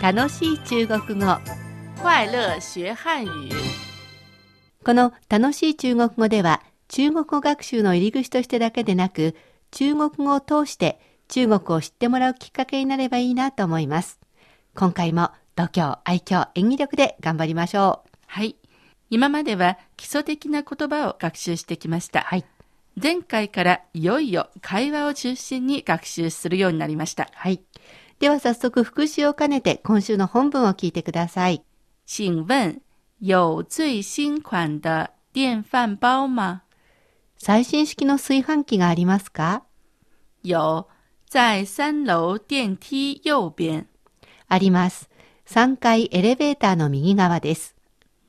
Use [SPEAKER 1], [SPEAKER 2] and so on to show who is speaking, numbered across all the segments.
[SPEAKER 1] 楽しい中国語
[SPEAKER 2] 快乐学汉语。
[SPEAKER 1] この楽しい中国語では中国語学習の入り口としてだけでなく中国語を通して中国を知ってもらうきっかけになればいいなと思います今回も度胸愛嬌演技力で頑張りましょう
[SPEAKER 2] はい。今までは基礎的な言葉を学習してきました。
[SPEAKER 1] はい
[SPEAKER 2] 前回からいよいよ会話を中心に学習するようになりました。
[SPEAKER 1] はいでは早速復習を兼ねて今週の本文を聞いてください
[SPEAKER 2] 请问有最新款的电饭煲吗？
[SPEAKER 1] 最新式の炊飯器がありますか
[SPEAKER 2] 有，在三楼电梯右边。
[SPEAKER 1] あります3階エレベーターの右側です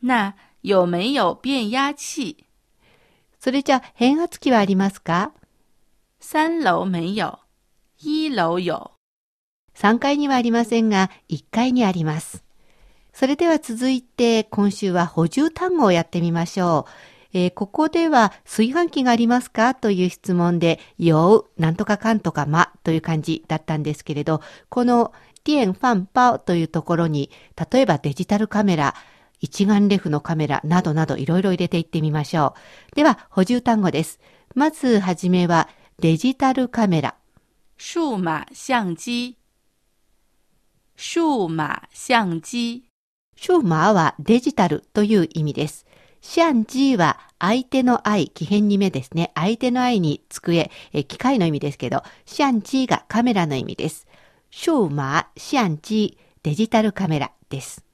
[SPEAKER 2] 那有没有变压器？
[SPEAKER 1] それじゃあ変圧器はありますか
[SPEAKER 2] 三楼没有，一楼有。
[SPEAKER 1] 3階にはありませんが、1階にあります。それでは続いて、今週は補充単語をやってみましょう。えーここでは、炊飯器がありますかという質問で、よう、なんとかかんとかまという感じだったんですけれど、この、電飯包というところに、例えばデジタルカメラ、一眼レフのカメラなどなどいろいろ入れていってみましょう。では、補充単語です。まずはじめは、デジタルカメラ。
[SPEAKER 2] 数码相机，数码相机，
[SPEAKER 1] シューマーはデジタルという意味です。シャンジーは相手の愛、気変に目ですね。相手の愛に机、え機械の意味ですけど、シャンジーがカメラの意味です。シューマー、シャンジー、デジタルカメラです。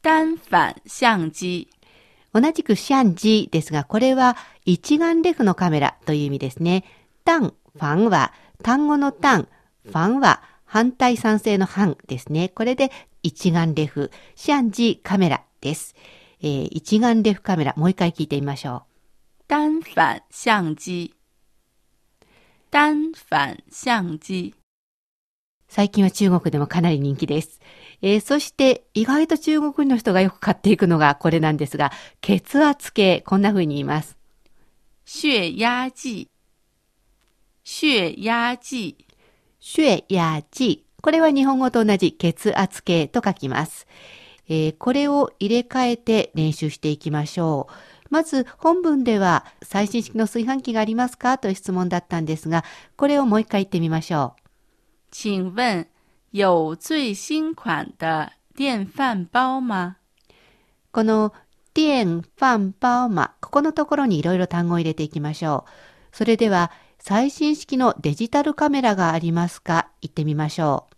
[SPEAKER 2] 单反相机，
[SPEAKER 1] 同じくシャンジーですが、これは一眼レフのカメラという意味ですね。タン、ファンは単語のタン、ファンは反対賛成の反ですね。これで一眼レフ、シャンジーカメラです。えー一眼レフカメラ、もう一回聞いてみましょう。
[SPEAKER 2] 单反相机，单反相机。
[SPEAKER 1] 最近は中国でもかなり人気です。えーそして意外と中国の人がよく買っていくのがこれなんですが、血圧計、こんな風に言います。
[SPEAKER 2] 血压计，血压计，
[SPEAKER 1] 血や地。これは日本語と同じ血圧計と書きます。えーこれを入れ替えて練習していきましょう。まず本文では最新式の炊飯器がありますかという質問だったんですが、これをもう一回言ってみましょう。
[SPEAKER 2] 请问有最新款的电饭煲吗？
[SPEAKER 1] この電飯包マ、ここのところにいろいろ単語を入れていきましょう。それでは最新式のデジタルカメラがありますか言ってみましょう。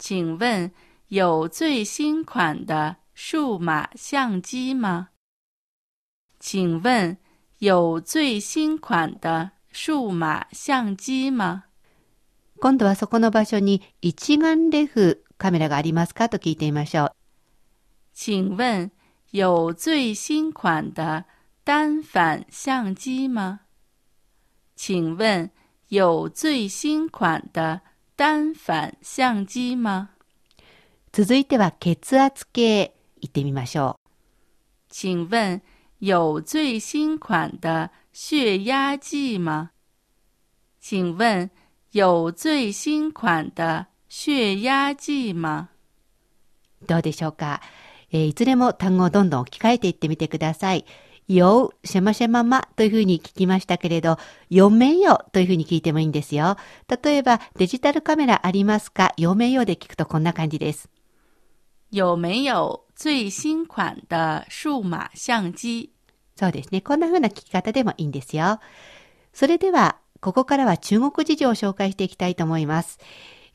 [SPEAKER 2] 请问有最新款的数码相机吗？请问有最新款的数码相机吗？
[SPEAKER 1] 今度はそこの場所に一眼レフカメラがありますかと聞いてみましょう。
[SPEAKER 2] 请问有最新款的单反相机吗？请问有最新款的单反相机吗？
[SPEAKER 1] 続いては血圧計行ってみましょ
[SPEAKER 2] 请问有最新款的血压计吗？请问有最新款的血压计吗？
[SPEAKER 1] う。どうでしょうか、えーいずれも単語をどんどん置き換えていってみてください。よう、シェマシェママというふうに聞きましたけれど、読めよというふうに聞いてもいいんですよ。例えば、デジタルカメラありますか読めよで聞くとこんな感じです。
[SPEAKER 2] 有没有最新款的数码相机？
[SPEAKER 1] そうですね。こんな風な聞き方でもいいんですよ。それでは、ここからは中国事情を紹介していきたいと思います。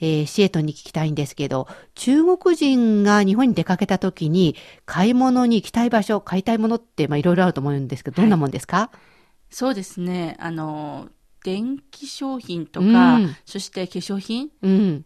[SPEAKER 1] えーシエトンに聞きたいんですけど、中国人が日本に出かけた時に、買い物に行きたい場所、買いたいものって、まあ、いろいろあると思うんですけど、どんなもんですか、
[SPEAKER 2] そうですね。あの電気商品と
[SPEAKER 1] か
[SPEAKER 2] か、そして化粧品
[SPEAKER 1] うん。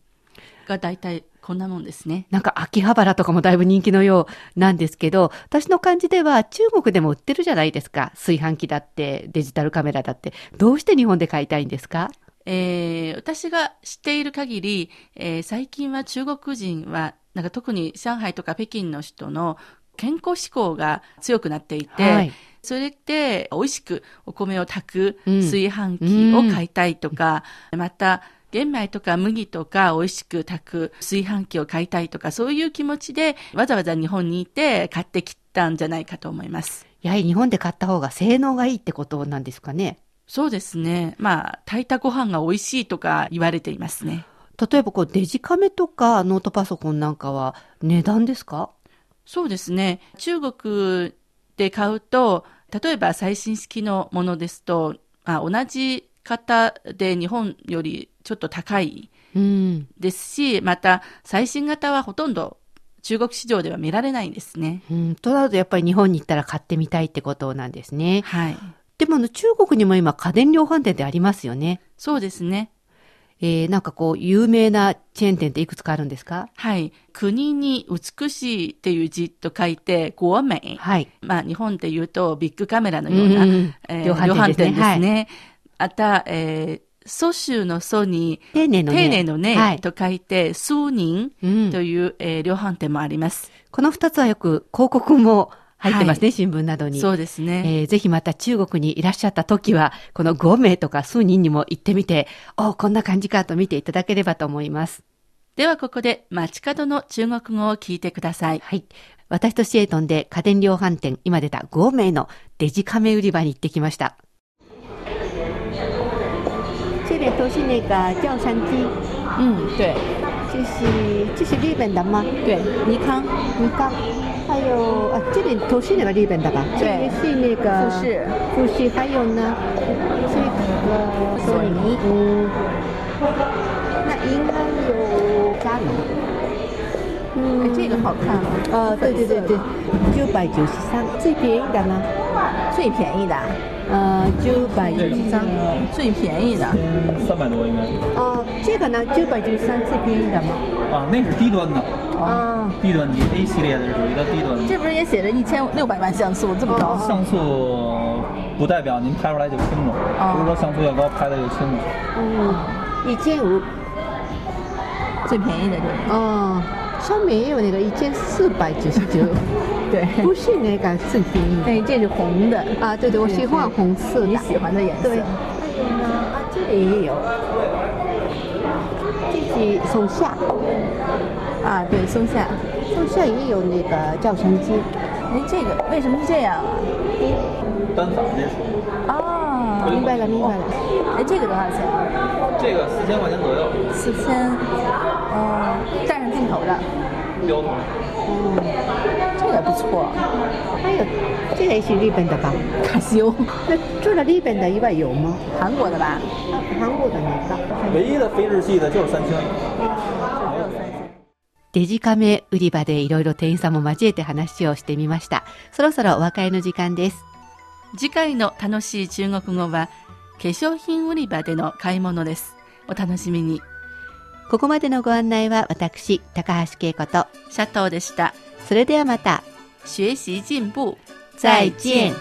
[SPEAKER 2] がだいたいこんなもんですね。
[SPEAKER 1] なんか秋葉原とかもだいぶ人気のようなんですけど、私の感じでは中国でも売ってるじゃないですか。炊飯器だって、デジタルカメラだって。どうして日本で買いたいんですか
[SPEAKER 2] えー私が知っている限り、えー最近は中国人は、なんか特に上海とか北京の人の健康志向が強くなっていて、
[SPEAKER 1] はい
[SPEAKER 2] それで美味しくお米を炊く
[SPEAKER 1] うん
[SPEAKER 2] 炊飯器を買いたいとか、また玄米とか麦とか美味しく炊く炊飯器を買いたいとか、そういう気持ちでわざわざ日本にいて買ってきたんじゃないかと思います。
[SPEAKER 1] やはり日本で買った方が性能がいいってことなんですかね。
[SPEAKER 2] そうですね。まあ、炊いたご飯が美味しいとか言われていますね。
[SPEAKER 1] 例えばこうデジカメとかノートパソコンなんかは値段ですか
[SPEAKER 2] そうですね。中国で買うと、例えば最新式のものですと、まあ、同じ型で日本よりちょっと高い
[SPEAKER 1] うん。
[SPEAKER 2] ですし、また最新型はほとんど中国市場では見られないんですね。
[SPEAKER 1] うん、となるとやっぱり日本に行ったら買ってみたいってことなんですね。
[SPEAKER 2] はい。
[SPEAKER 1] でもあの中国にも今家電量販店ってありますよね。
[SPEAKER 2] そうですね。
[SPEAKER 1] えー、なんかこう有名なチェーン店っていくつかあるんですか
[SPEAKER 2] はい。国に美しいっていう字と書いて、国美。
[SPEAKER 1] はい。
[SPEAKER 2] まあ日本で言うとビッグカメラのような、
[SPEAKER 1] うん
[SPEAKER 2] えー
[SPEAKER 1] 量
[SPEAKER 2] 量
[SPEAKER 1] 販
[SPEAKER 2] 販
[SPEAKER 1] 店ですね
[SPEAKER 2] 店ですね。あとは、えー、蘇州の蘇に、
[SPEAKER 1] 丁寧のね。
[SPEAKER 2] 丁寧のね、
[SPEAKER 1] はい。
[SPEAKER 2] と書いて、蘇寧
[SPEAKER 1] うん
[SPEAKER 2] という、えー量販店もあります。
[SPEAKER 1] この二つはよく広告も入ってますね、新聞などに。
[SPEAKER 2] そうですね。
[SPEAKER 1] えーぜひまた中国にいらっしゃった時は、この5名とか数人にも行ってみて、おうこんな感じかと見ていただければと思います。
[SPEAKER 2] ではここで街角の中国語を聞いてください。
[SPEAKER 1] はい。私とシエトンで家電量販店、今出た5名のデジカメ売り場に行ってきました。这里都是那个照相机，
[SPEAKER 3] 嗯，对
[SPEAKER 1] 就是这是日本的吗？
[SPEAKER 3] 对，尼康
[SPEAKER 1] 你看，还有啊，这里都是那个日本的吧？这
[SPEAKER 3] 对
[SPEAKER 1] 个是那个
[SPEAKER 3] 富士，
[SPEAKER 1] 富士，还有呢，这个
[SPEAKER 3] 索尼
[SPEAKER 1] 嗯，那应该有佳能。
[SPEAKER 3] 哎
[SPEAKER 1] 嗯
[SPEAKER 3] 这个好看啊，
[SPEAKER 1] 呃，对对对对，九百九十三，最便宜的呢，
[SPEAKER 3] 最便宜的啊，
[SPEAKER 1] 呃，九百九十三。
[SPEAKER 3] 最便宜的，
[SPEAKER 4] 三百多应该
[SPEAKER 1] 哦，这个呢，九百九十三最便宜的嘛。
[SPEAKER 4] 啊，那是低端的，
[SPEAKER 1] 啊，
[SPEAKER 4] 低端机 A 系列的是属于它低端的。
[SPEAKER 3] 这不是也写着一千六百万像素这么高？
[SPEAKER 1] 哦
[SPEAKER 4] 像素不代表您拍出来就清楚，
[SPEAKER 1] 啊
[SPEAKER 4] 不是说像素越高拍的越清楚。
[SPEAKER 1] 嗯，一千五。
[SPEAKER 3] 最便宜的这个，
[SPEAKER 1] 哦，上面也有那个一千四百九十九，
[SPEAKER 3] 对，
[SPEAKER 1] 不是那个最便宜的。
[SPEAKER 3] 哎，这是红的，
[SPEAKER 1] 啊，对对，我喜欢红色
[SPEAKER 3] 你
[SPEAKER 1] 的。
[SPEAKER 3] 喜欢的颜色
[SPEAKER 1] 对，。啊，这里也有，这是松下，
[SPEAKER 3] 啊，对，松下，
[SPEAKER 1] 松下也有那个照相机。
[SPEAKER 3] 哎，这个为什么是这样啊？
[SPEAKER 4] 单反这是，
[SPEAKER 3] 哦，
[SPEAKER 1] 明白了，明白了。
[SPEAKER 3] 哎，这个多少钱啊？
[SPEAKER 4] 这个四千块钱左右，
[SPEAKER 3] 四千，哦，带上镜头的，
[SPEAKER 4] 标头。
[SPEAKER 1] 哦，
[SPEAKER 3] 这个不错，
[SPEAKER 1] 还有，这个也是日本的吧？
[SPEAKER 3] 卡西欧，
[SPEAKER 1] 那除了日本的以外有吗？
[SPEAKER 3] 韩国的吧？
[SPEAKER 1] 啊韩国的那个。
[SPEAKER 4] 唯一的非日系的就是三星。
[SPEAKER 3] 没有三星。
[SPEAKER 1] デジカメ売り場でいろいろ店員さんも交えて話をしてみました。そろそろお別れの時間です。
[SPEAKER 2] 次回の楽しい中国語は、化粧品売り場での買い物です。お楽しみに。
[SPEAKER 1] ここまでのご案内は私、高橋恵子と、
[SPEAKER 2] シャトーでした。
[SPEAKER 1] それではまた、
[SPEAKER 2] 学習進步。
[SPEAKER 1] 再见。